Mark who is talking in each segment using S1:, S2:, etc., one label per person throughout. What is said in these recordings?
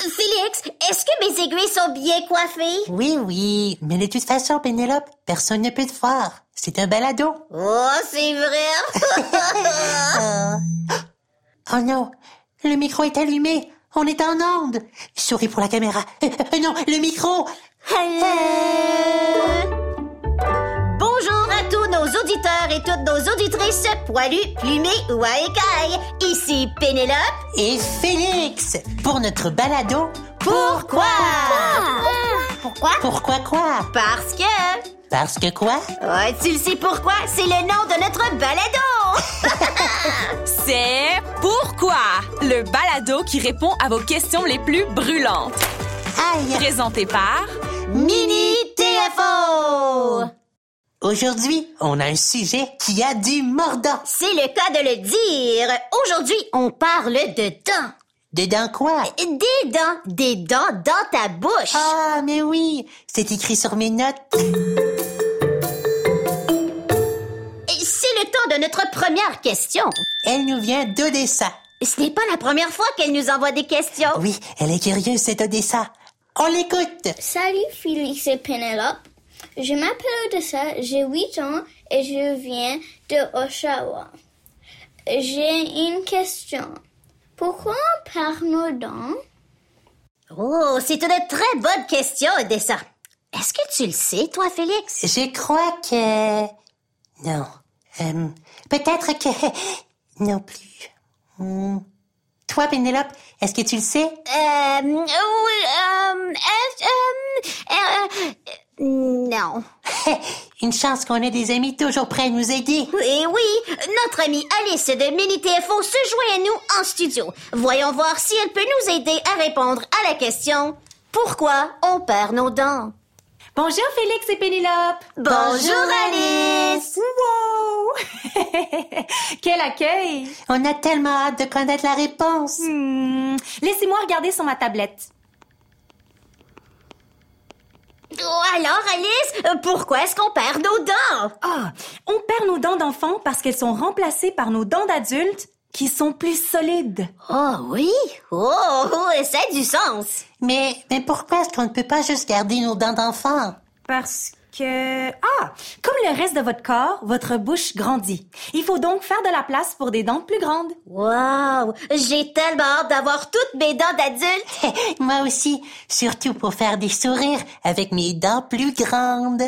S1: Félix, est-ce que mes aiguilles sont bien coiffées?
S2: Oui, oui, mais de toute façon, Pénélope, personne ne peut te voir. C'est un balado.
S1: Oh, c'est vrai!
S2: Oh non, le micro est allumé. On est en onde. Souris pour la caméra. Euh, euh, non, le micro.
S1: Hello! Bonjour à tous nos auditeurs et toutes nos auditrices poilues, plumées ou à écailles. Ici Pénélope.
S2: Et Félix, pour notre balado.
S1: Pourquoi?
S2: Pourquoi? Pourquoi quoi?
S1: Parce que...
S2: Parce que quoi?
S1: Ouais, tu le sais pourquoi? C'est le nom de notre balado!
S3: C'est Pourquoi? Le balado qui répond à vos questions les plus brûlantes.
S2: Aïe!
S3: Présenté par
S1: Mini TFO!
S2: Aujourd'hui, on a un sujet qui a du mordant.
S1: C'est le cas de le dire. Aujourd'hui, on parle de dents.
S2: Dedans quoi?
S1: Des dents. Des dents dans ta bouche.
S2: Ah, mais oui! C'est écrit sur mes notes.
S1: Et C'est le temps de notre première question.
S2: Elle nous vient d'Odessa.
S1: Ce n'est pas la première fois qu'elle nous envoie des questions.
S2: Oui, elle est curieuse, cette Odessa. On l'écoute.
S4: Salut Félix et Pénélope. Je m'appelle Odessa, j'ai 8 ans et je viens de Oshawa. J'ai une question. Pourquoi on perd nos dents
S1: Oh, c'est une très bonne question, Odessa. Est-ce que tu le sais, toi, Félix?
S2: Je crois que... Non. Euh, Peut-être que... Non plus. Hmm. Toi, Pénélope, est-ce que tu le sais?
S1: Euh, oui, euh, euh, non.
S2: Une chance qu'on ait des amis toujours prêts à nous aider.
S1: Et Eh oui, notre amie Alice de Mini TFO se joint à nous en studio. Voyons voir si elle peut nous aider à répondre à la question Pourquoi on perd nos dents?
S5: Bonjour Félix et Pénélope.
S1: Bonjour Alice!
S5: Wow! Quel accueil.
S2: On a tellement hâte de connaître la réponse.
S5: Hmm, Laissez-moi regarder sur ma tablette.
S1: Oh, alors, Alice, euh, pourquoi est-ce qu'on perd nos dents?
S5: Ah, on perd nos dents d'enfant parce qu'elles sont remplacées par nos dents d'adultes qui sont plus solides.
S1: Oh oui? Oh, oh, ça a du sens.
S2: Mais, mais pourquoi est-ce qu'on ne peut pas juste garder nos dents d'enfant?
S5: Parce que... Ah, comme le reste de votre corps, votre bouche grandit. Il faut donc faire de la place pour des dents plus grandes.
S1: Wow! J'ai tellement hâte d'avoir toutes mes dents d'adulte.
S2: Moi aussi, surtout pour faire des sourires avec mes dents plus grandes.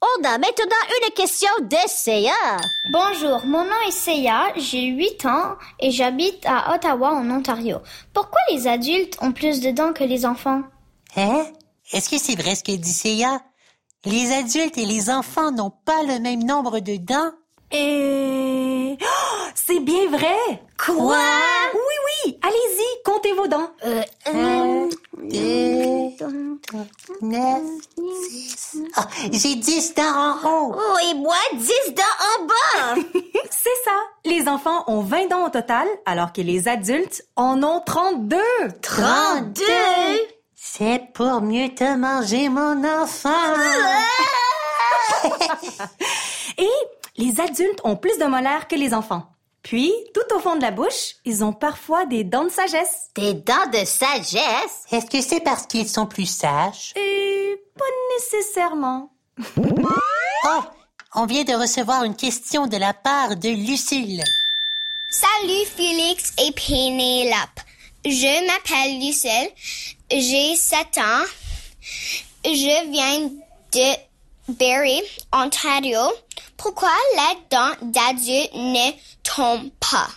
S1: On a maintenant une question de CA.
S4: Bonjour, mon nom est Seiya, j'ai 8 ans et j'habite à Ottawa en Ontario. Pourquoi les adultes ont plus de dents que les enfants
S2: Hein? Est-ce que c'est vrai ce que dit Seiya? Les adultes et les enfants n'ont pas le même nombre de dents?
S5: Et... Oh, c'est bien vrai.
S1: Quoi?
S5: Oui, oui, allez-y, comptez vos dents.
S1: Euh,
S2: Un, deux, neuf, dix. Ah, j'ai dix dents en haut.
S1: Oh, et moi, 10 dents en bas.
S5: C'est ça. Les enfants ont 20 dents au total, alors que les adultes en ont 32.
S1: Trente-deux.
S2: C'est pour mieux te manger, mon enfant.
S5: Et les adultes ont plus de molaires que les enfants. Puis, tout au fond de la bouche, ils ont parfois des dents de sagesse.
S1: Des dents de sagesse?
S2: Est-ce que c'est parce qu'ils sont plus sages?
S5: Et pas nécessairement.
S2: Oh, on vient de recevoir une question de la part de Lucille.
S4: Salut Félix et Pénélope. Je m'appelle Lucille. J'ai 7 ans. Je viens de Barrie, Ontario. Pourquoi la dent d'adulte ne tombe pas?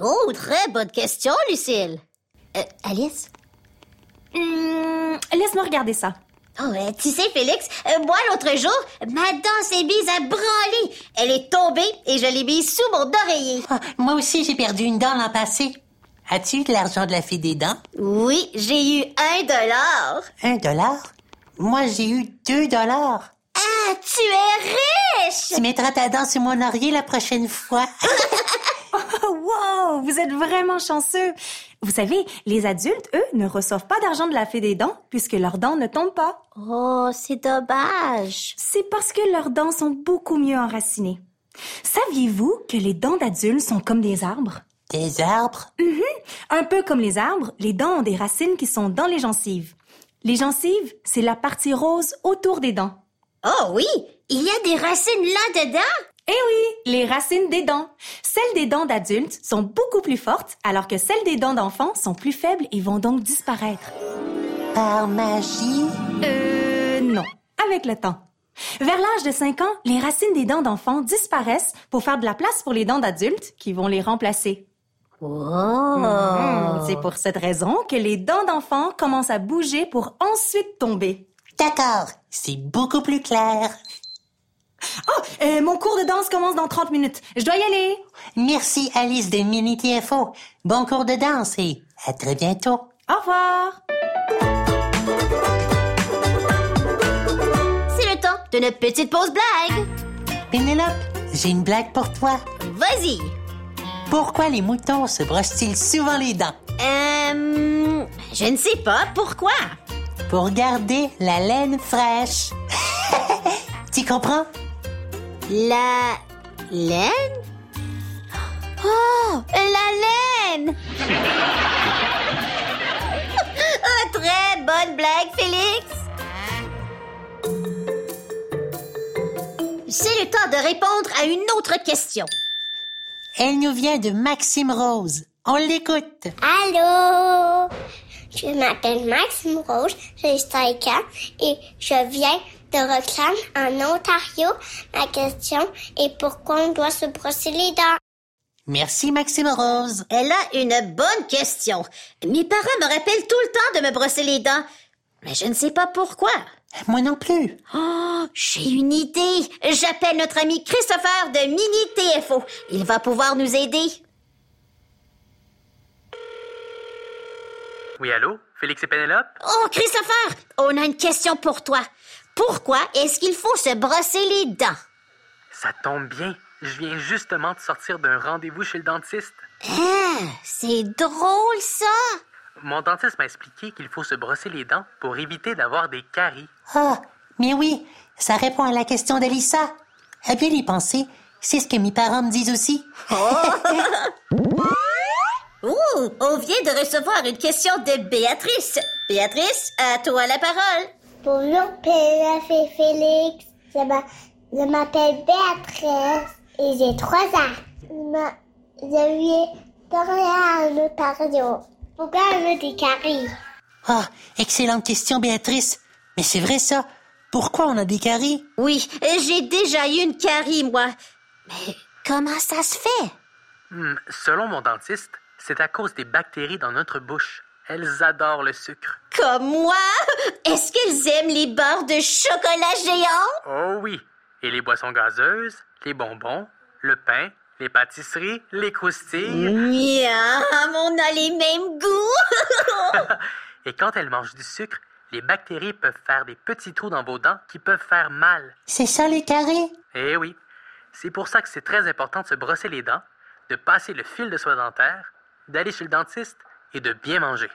S1: Oh, très bonne question, Lucille. Euh, Alice?
S5: Hmm, Laisse-moi regarder ça.
S1: Oh, euh, tu sais, Félix, euh, moi, l'autre jour, ma dent s'est mise à branler. Elle est tombée et je l'ai mise sous mon oreiller.
S2: Ah, moi aussi, j'ai perdu une dent l'an passé. As-tu eu de l'argent de la fée des dents?
S1: Oui, j'ai eu un dollar.
S2: Un dollar? Moi, j'ai eu deux dollars.
S1: Ah, tu es riche!
S2: Tu mettras ta dent sur mon oreiller la prochaine fois.
S5: Oh, wow, vous êtes vraiment chanceux. Vous savez, les adultes, eux, ne reçoivent pas d'argent de la fée des dents puisque leurs dents ne tombent pas.
S1: Oh, c'est dommage.
S5: C'est parce que leurs dents sont beaucoup mieux enracinées. Saviez-vous que les dents d'adultes sont comme des arbres?
S2: Des arbres
S5: Un peu comme les arbres, les dents ont des racines qui sont dans les gencives. Les gencives, c'est la partie rose autour des dents.
S1: Oh oui, il y a des racines là-dedans?
S5: Eh oui, les racines des dents. Celles des dents d'adultes sont beaucoup plus fortes, alors que celles des dents d'enfants sont plus faibles et vont donc disparaître.
S2: Par magie
S5: Euh, non, avec le temps. Vers l'âge de 5 ans, les racines des dents d'enfants disparaissent pour faire de la place pour les dents d'adultes qui vont les remplacer.
S1: Oh. Hmm.
S5: Mhm, C'est pour cette raison que les dents d'enfants commencent à bouger pour ensuite tomber.
S2: D'accord, c'est beaucoup plus clair.
S5: Oh, euh, mon cours de danse commence dans 30 minutes. Je dois y aller.
S2: Merci Alice de Mini TFO. Bon cours de danse et à très bientôt.
S5: Au revoir.
S1: C'est le temps de notre petite pause blague.
S2: Pénélope, j'ai une blague pour toi.
S1: Vas-y.
S2: Pourquoi les moutons se brossent-ils souvent les dents
S1: Euh, je ne sais pas pourquoi.
S2: Pour garder la laine fraîche. tu comprends
S1: La laine? Oh, la laine! oh, très bonne blague, Félix! C'est le temps de répondre à une autre question.
S2: Elle nous vient de Maxime Rose. On l'écoute.
S4: Allô Je m'appelle Maxime Rose, j'ai 5 ans et je viens de Rockland en Ontario. Ma question est pourquoi on doit se brosser les dents
S2: Merci Maxime Rose.
S1: Elle a une bonne question. Mes parents me rappellent tout le temps de me brosser les dents. Mais je ne sais pas pourquoi.
S2: Moi non plus.
S1: Oh, j'ai une idée. J'appelle notre ami Christopher de Mini TFO. Il va pouvoir nous aider.
S6: Oui, allô? Félix et Pénélope?
S1: Oh, Christopher, on a une question pour toi. Pourquoi est-ce qu'il faut se brosser les dents?
S6: Ça tombe bien. Je viens justement de sortir d'un rendez-vous chez le dentiste.
S1: Ah, c'est drôle, ça.
S6: Mon dentiste m'a expliqué qu'il faut se brosser les dents pour éviter d'avoir des caries.
S2: Ah, mais oui, ça répond à la question de Lisa. À bien y penser, c'est ce que mes parents me disent aussi.
S1: Oh, on vient de recevoir une question de Béatrice. Béatrice, à toi la parole.
S4: Bonjour Pénélope et Félix, je m'a- je m'appelle Béatrice et j'ai 3 ans. Je m'a- je viens d'Orléans en Ontario. Pourquoi on a des caries
S2: Ah, excellente question, Béatrice. Mais c'est vrai ça. Pourquoi on a des caries?
S1: Oui, j'ai déjà eu une carie, moi. Mais comment ça se fait?
S6: Hmm, selon mon dentiste, c'est à cause des bactéries dans notre bouche. Elles adorent le sucre.
S1: Comme moi? Est-ce qu'elles aiment les barres de chocolat géant?
S6: Oh oui! Et les boissons gazeuses, les bonbons, le pain, les pâtisseries, les croustilles.
S1: Miam, on a les mêmes goûts.
S6: Et quand elles mangent du sucre, les bactéries peuvent faire des petits trous dans vos dents qui peuvent faire mal.
S2: C'est ça les caries?
S6: Eh oui, c'est pour ça que c'est très important de se brosser les dents, de passer le fil de soie dentaire, d'aller chez le dentiste et de bien manger.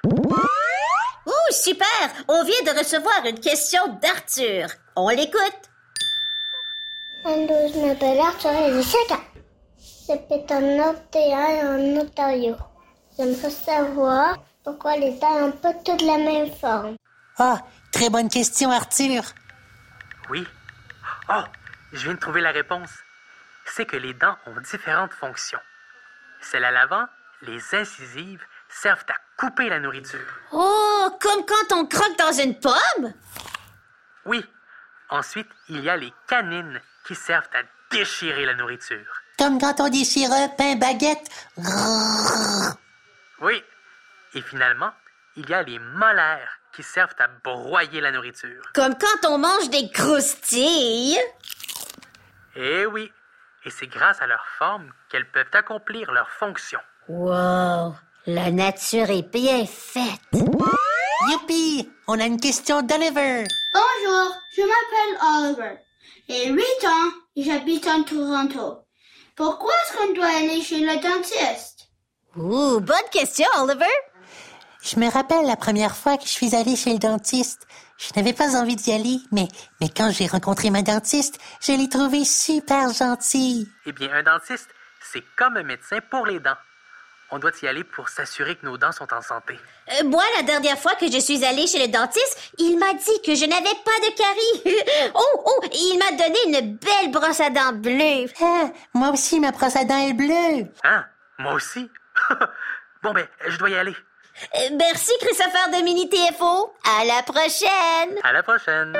S1: Oh, super! On vient de recevoir une question d'Arthur. On l'écoute.
S4: Allô, je m'appelle Arthur et j'ai 5 ans. J'habite en Ontario, en Ontario. J'aimerais savoir pourquoi les dents n'ont pas toutes la même forme.
S2: Ah, très bonne question, Arthur.
S6: Oui. Oh, je viens de trouver la réponse. C'est que les dents ont différentes fonctions. Celles à l'avant, les incisives, servent à couper la nourriture.
S1: Oh, comme quand on croque dans une pomme?
S6: Oui. Ensuite, il y a les canines qui servent à déchirer la nourriture.
S2: Comme quand on déchire un pain baguette.
S6: Oui. Et finalement, il y a les molaires qui servent à broyer la nourriture.
S1: Comme quand on mange des croustilles?
S6: Eh oui, et c'est grâce à leur forme qu'elles peuvent accomplir leurs fonctions.
S1: Wow, la nature est bien faite.
S2: Youpi! On a une question d'Oliver.
S7: Bonjour, je m'appelle Oliver. J'ai 8 ans et j'habite en Toronto. Pourquoi est-ce qu'on doit aller chez le dentiste
S1: Ouh, bonne question, Oliver.
S2: Je me rappelle la première fois que je suis allée chez le dentiste. Je n'avais pas envie d'y aller, mais, mais quand j'ai rencontré ma dentiste, je l'ai trouvée super gentille.
S6: Eh bien, un dentiste, c'est comme un médecin pour les dents. On doit y aller pour s'assurer que nos dents sont en santé.
S1: Euh, moi, la dernière fois que je suis allée chez le dentiste, il m'a dit que je n'avais pas de caries. oh, oh, et il m'a donné une belle brosse à dents bleue.
S2: Ah, moi aussi, ma brosse à dents est bleue.
S6: Hein? Moi aussi? bon, ben, je dois y aller.
S1: Euh, merci, Christopher de Mini TFO. À la prochaine.
S6: À la prochaine!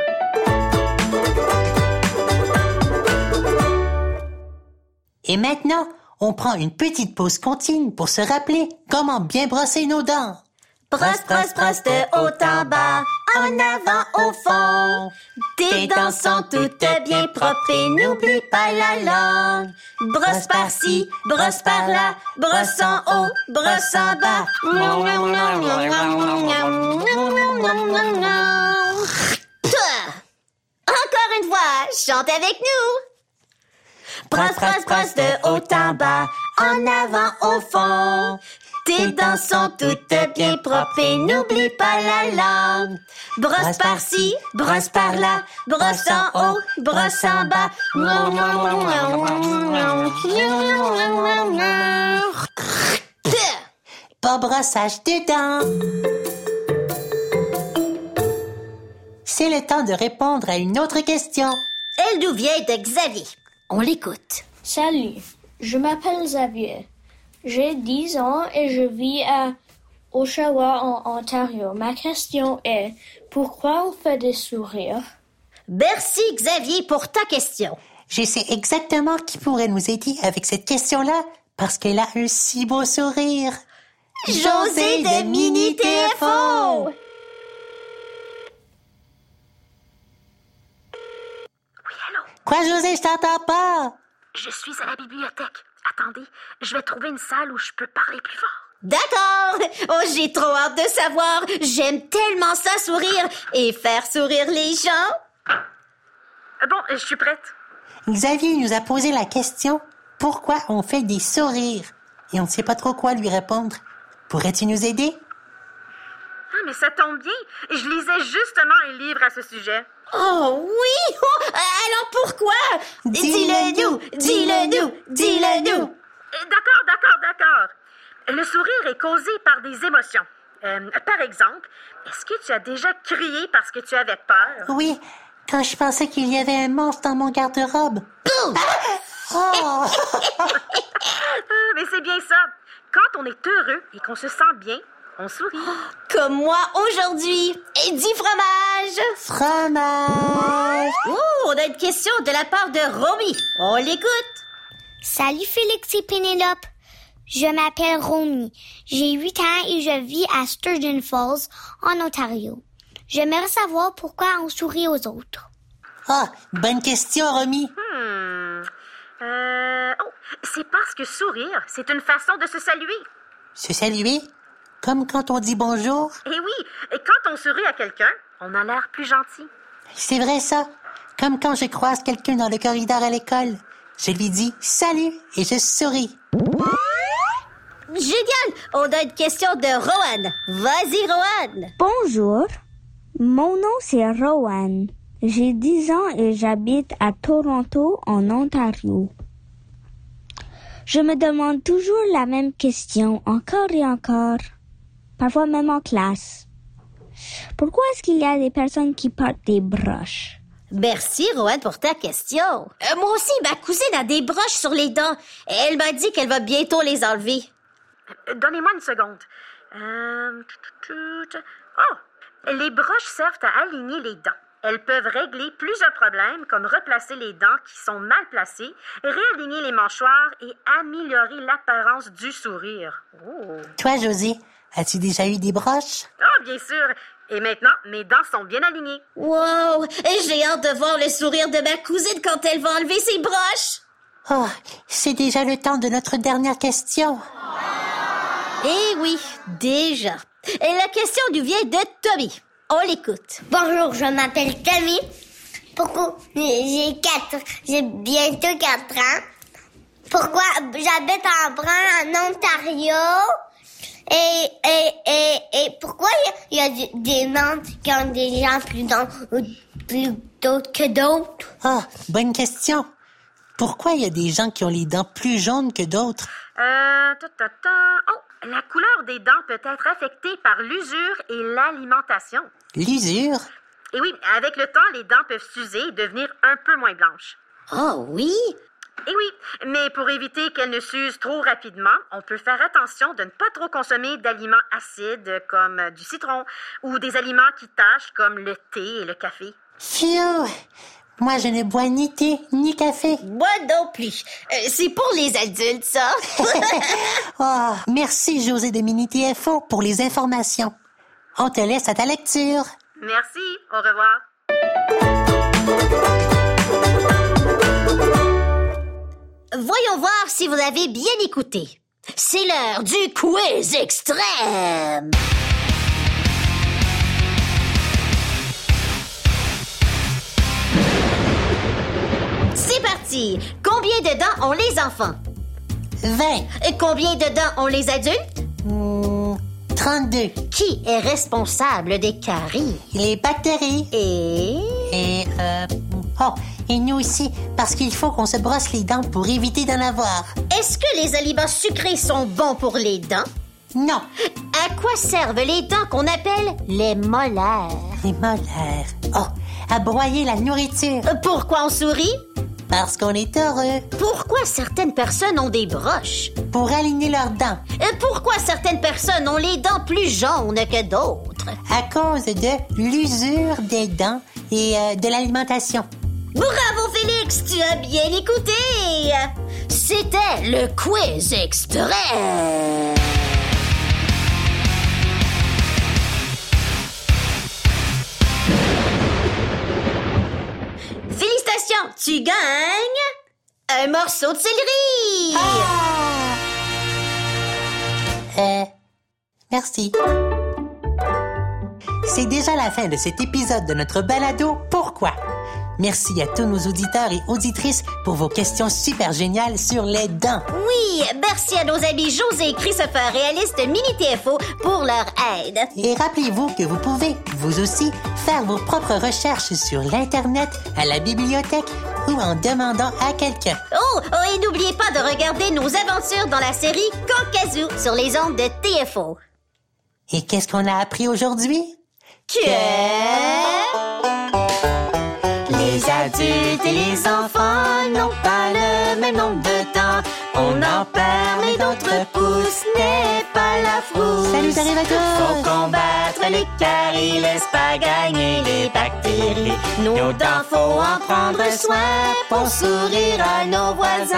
S2: Et maintenant, on prend une petite pause contine pour se rappeler comment bien brosser nos dents.
S1: Brosse, brosse, brosse de haut en bas, en avant, au fond. Tes dents sont toutes bien propres et n'oublie pas la langue. Brosse par-ci, brosse par-là, brosse en haut, brosse en bas. Encore une fois, chante avec nous. Brosse, brosse, brosse de haut en bas, en avant, au fond. Tes dents sont toutes bien propres et n'oublie pas la langue. Brosse par-ci, brosse par-là, brosse en haut, brosse en bas.
S2: Pas brossage de dents. C'est le temps de répondre à une autre question.
S1: Elle nous vient de Xavier. On l'écoute.
S4: Salut, je m'appelle Xavier. J'ai 10 ans et je vis à Oshawa en Ontario. Ma question est pourquoi on fait des sourires
S1: Merci Xavier pour ta question.
S2: Je sais exactement qui pourrait nous aider avec cette question-là parce qu'elle a un si beau sourire.
S1: José de Mini TFO.
S8: Oui, allô?
S2: Quoi, José, je t'entends pas?
S8: Je suis à la bibliothèque. Attendez, je vais trouver une salle où je peux parler plus fort.
S1: D'accord. Oh, j'ai trop hâte de savoir. J'aime tellement ça sourire et faire sourire les gens.
S8: Euh, Bon, je suis prête.
S2: Xavier nous a posé la question pourquoi on fait des sourires et on ne sait pas trop quoi lui répondre. Pourrais-tu nous aider?
S8: Ah, mais ça tombe bien. Je lisais justement un livre à ce sujet.
S1: Oh oui! Oh, alors pourquoi?
S2: Dis-le
S1: Dis-le-nous! Dis-le-nous! Dis-le-nous!
S8: Euh, D'accord, d'accord, d'accord. Le sourire est causé par des émotions. Euh, par exemple, est-ce que tu as déjà crié parce que tu avais peur?
S2: Oui, quand je pensais qu'il y avait un monstre dans mon garde-robe.
S8: Ah, mais c'est bien ça. Quand on est heureux et qu'on se sent bien, on sourit.
S1: Comme moi aujourd'hui! Et dix fromage!
S2: Fromage!
S1: Oh, on a une question de la part de Romy. On l'écoute.
S9: Salut Félix et Pénélope. Je m'appelle Romy. J'ai 8 ans et je vis à Sturgeon Falls, en Ontario. J'aimerais savoir pourquoi on sourit aux autres.
S2: Ah, bonne question, Romy.
S8: Hmm. Euh, oh, c'est parce que sourire, c'est une façon de se saluer.
S2: Se saluer, comme quand on dit bonjour.
S8: Et Eh oui, et quand on sourit à quelqu'un, on a l'air plus gentil.
S2: C'est vrai ça. Comme quand je croise quelqu'un dans le corridor à l'école. Je lui dis salut et je souris.
S1: Génial! On a une question de Rohan. Vas-y, Rohan!
S10: Bonjour, mon nom c'est Rowan. J'ai 10 ans et j'habite à Toronto, en Ontario. Je me demande toujours la même question, encore et encore, parfois même en classe. Pourquoi est-ce qu'il y a des personnes qui portent des broches?
S1: Merci, Rohan, pour ta question. Euh, moi aussi, ma cousine a des broches sur les dents. Elle m'a dit qu'elle va bientôt les enlever.
S8: Euh, Donnez-moi une seconde. Euh, tout, tout, tout. Oh! Les broches servent à aligner les dents. Elles peuvent régler plusieurs problèmes comme replacer les dents qui sont mal placées, réaligner les mâchoires et améliorer l'apparence du sourire. Oh.
S2: Toi, José, as-tu déjà eu des broches?
S8: oh, bien sûr. Et maintenant, mes dents sont bien alignées.
S1: Wow! Et J'ai hâte de voir le sourire de ma cousine quand elle va enlever ses broches.
S2: Oh, c'est déjà le temps de notre dernière question.
S1: Eh oui, déjà. Et la question du vieil de Tommy. On l'écoute.
S9: Bonjour, je m'appelle Camille. Pourquoi j'ai quatre, j'ai bientôt quatre ans. Pourquoi j'habite en Brun, en Ontario. Et, et, et, et pourquoi il y a, il y a des gens qui ont des gens plus, dents- plus d'autres que d'autres?
S2: Ah, bonne question. Pourquoi il y a des gens qui ont les dents plus jaunes que d'autres?
S8: Euh, ta, ta, ta. Oh, la couleur des dents peut être affectée par l'usure et l'alimentation.
S2: L'usure?
S8: Et oui, avec le temps, les dents peuvent s'user et devenir un peu moins blanches.
S1: Oh oui?
S8: Et Eh oui, mais pour éviter qu'elles ne s'usent trop rapidement, on peut faire attention de ne pas trop consommer d'aliments acides comme du citron ou des aliments qui tâchent comme le thé et le café.
S2: Fio! Moi, je ne bois ni thé ni café.
S1: Moi non plus. Euh, c'est pour les adultes, ça.
S2: oh, merci, José de Mini TFO, pour les informations. On te laisse à ta lecture.
S8: Merci, au revoir.
S1: Voyons voir si vous avez bien écouté. C'est l'heure du quiz extrême. C'est parti. Combien de dents ont les enfants?
S2: 20,
S1: Et combien de dents ont les adultes?
S2: 32,
S1: Qui est responsable des caries?
S2: les bactéries.
S1: Et...
S2: Et, euh, oh, et nous aussi, parce qu'il faut qu'on se brosse les dents pour éviter d'en avoir.
S1: Est-ce que les aliments sucrés sont bons pour les dents?
S2: Non,
S1: À quoi servent les dents qu'on appelle les molaires?
S2: les molaires. Oh, à broyer la nourriture,
S1: Pourquoi on sourit?
S2: parce qu'on est heureux,
S1: Pourquoi certaines personnes ont des broches?
S2: pour aligner leurs dents,
S1: Et Pourquoi certaines personnes ont les dents plus jaunes que d'autres?
S2: à cause de l'usure des dents et euh, de l'alimentation.
S1: Bravo Félix, tu as bien écouté. C'était le quiz extrême. Félicitations, tu gagnes un morceau de céleri.
S2: Euh, merci. C'est déjà la fin de cet épisode de notre balado Pourquoi? Merci à tous nos auditeurs et auditrices pour vos questions super géniales sur les dents.
S1: Oui, merci à nos amis José et Christopher, réalistes Mini TFO, pour leur aide.
S2: Et rappelez-vous que vous pouvez, vous aussi, faire vos propres recherches sur l'Internet, à la bibliothèque ou en demandant à quelqu'un.
S1: Oh, oh, et n'oubliez pas de regarder nos aventures dans la série Caucasou sur les ondes de TFO.
S2: Et qu'est-ce qu'on a appris aujourd'hui?
S1: Que...
S2: Les adultes et les enfants n'ont pas le même nombre de temps. On en perd, mais d'autres poussent, n'est pas la frousse. Salut, t'arrives à tous! Faut combattre les caries, laisse pas gagner les bactéries. Nos dents, faut en prendre soin pour sourire à nos voisins.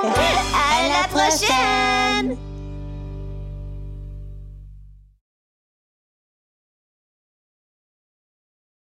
S1: À la prochaine!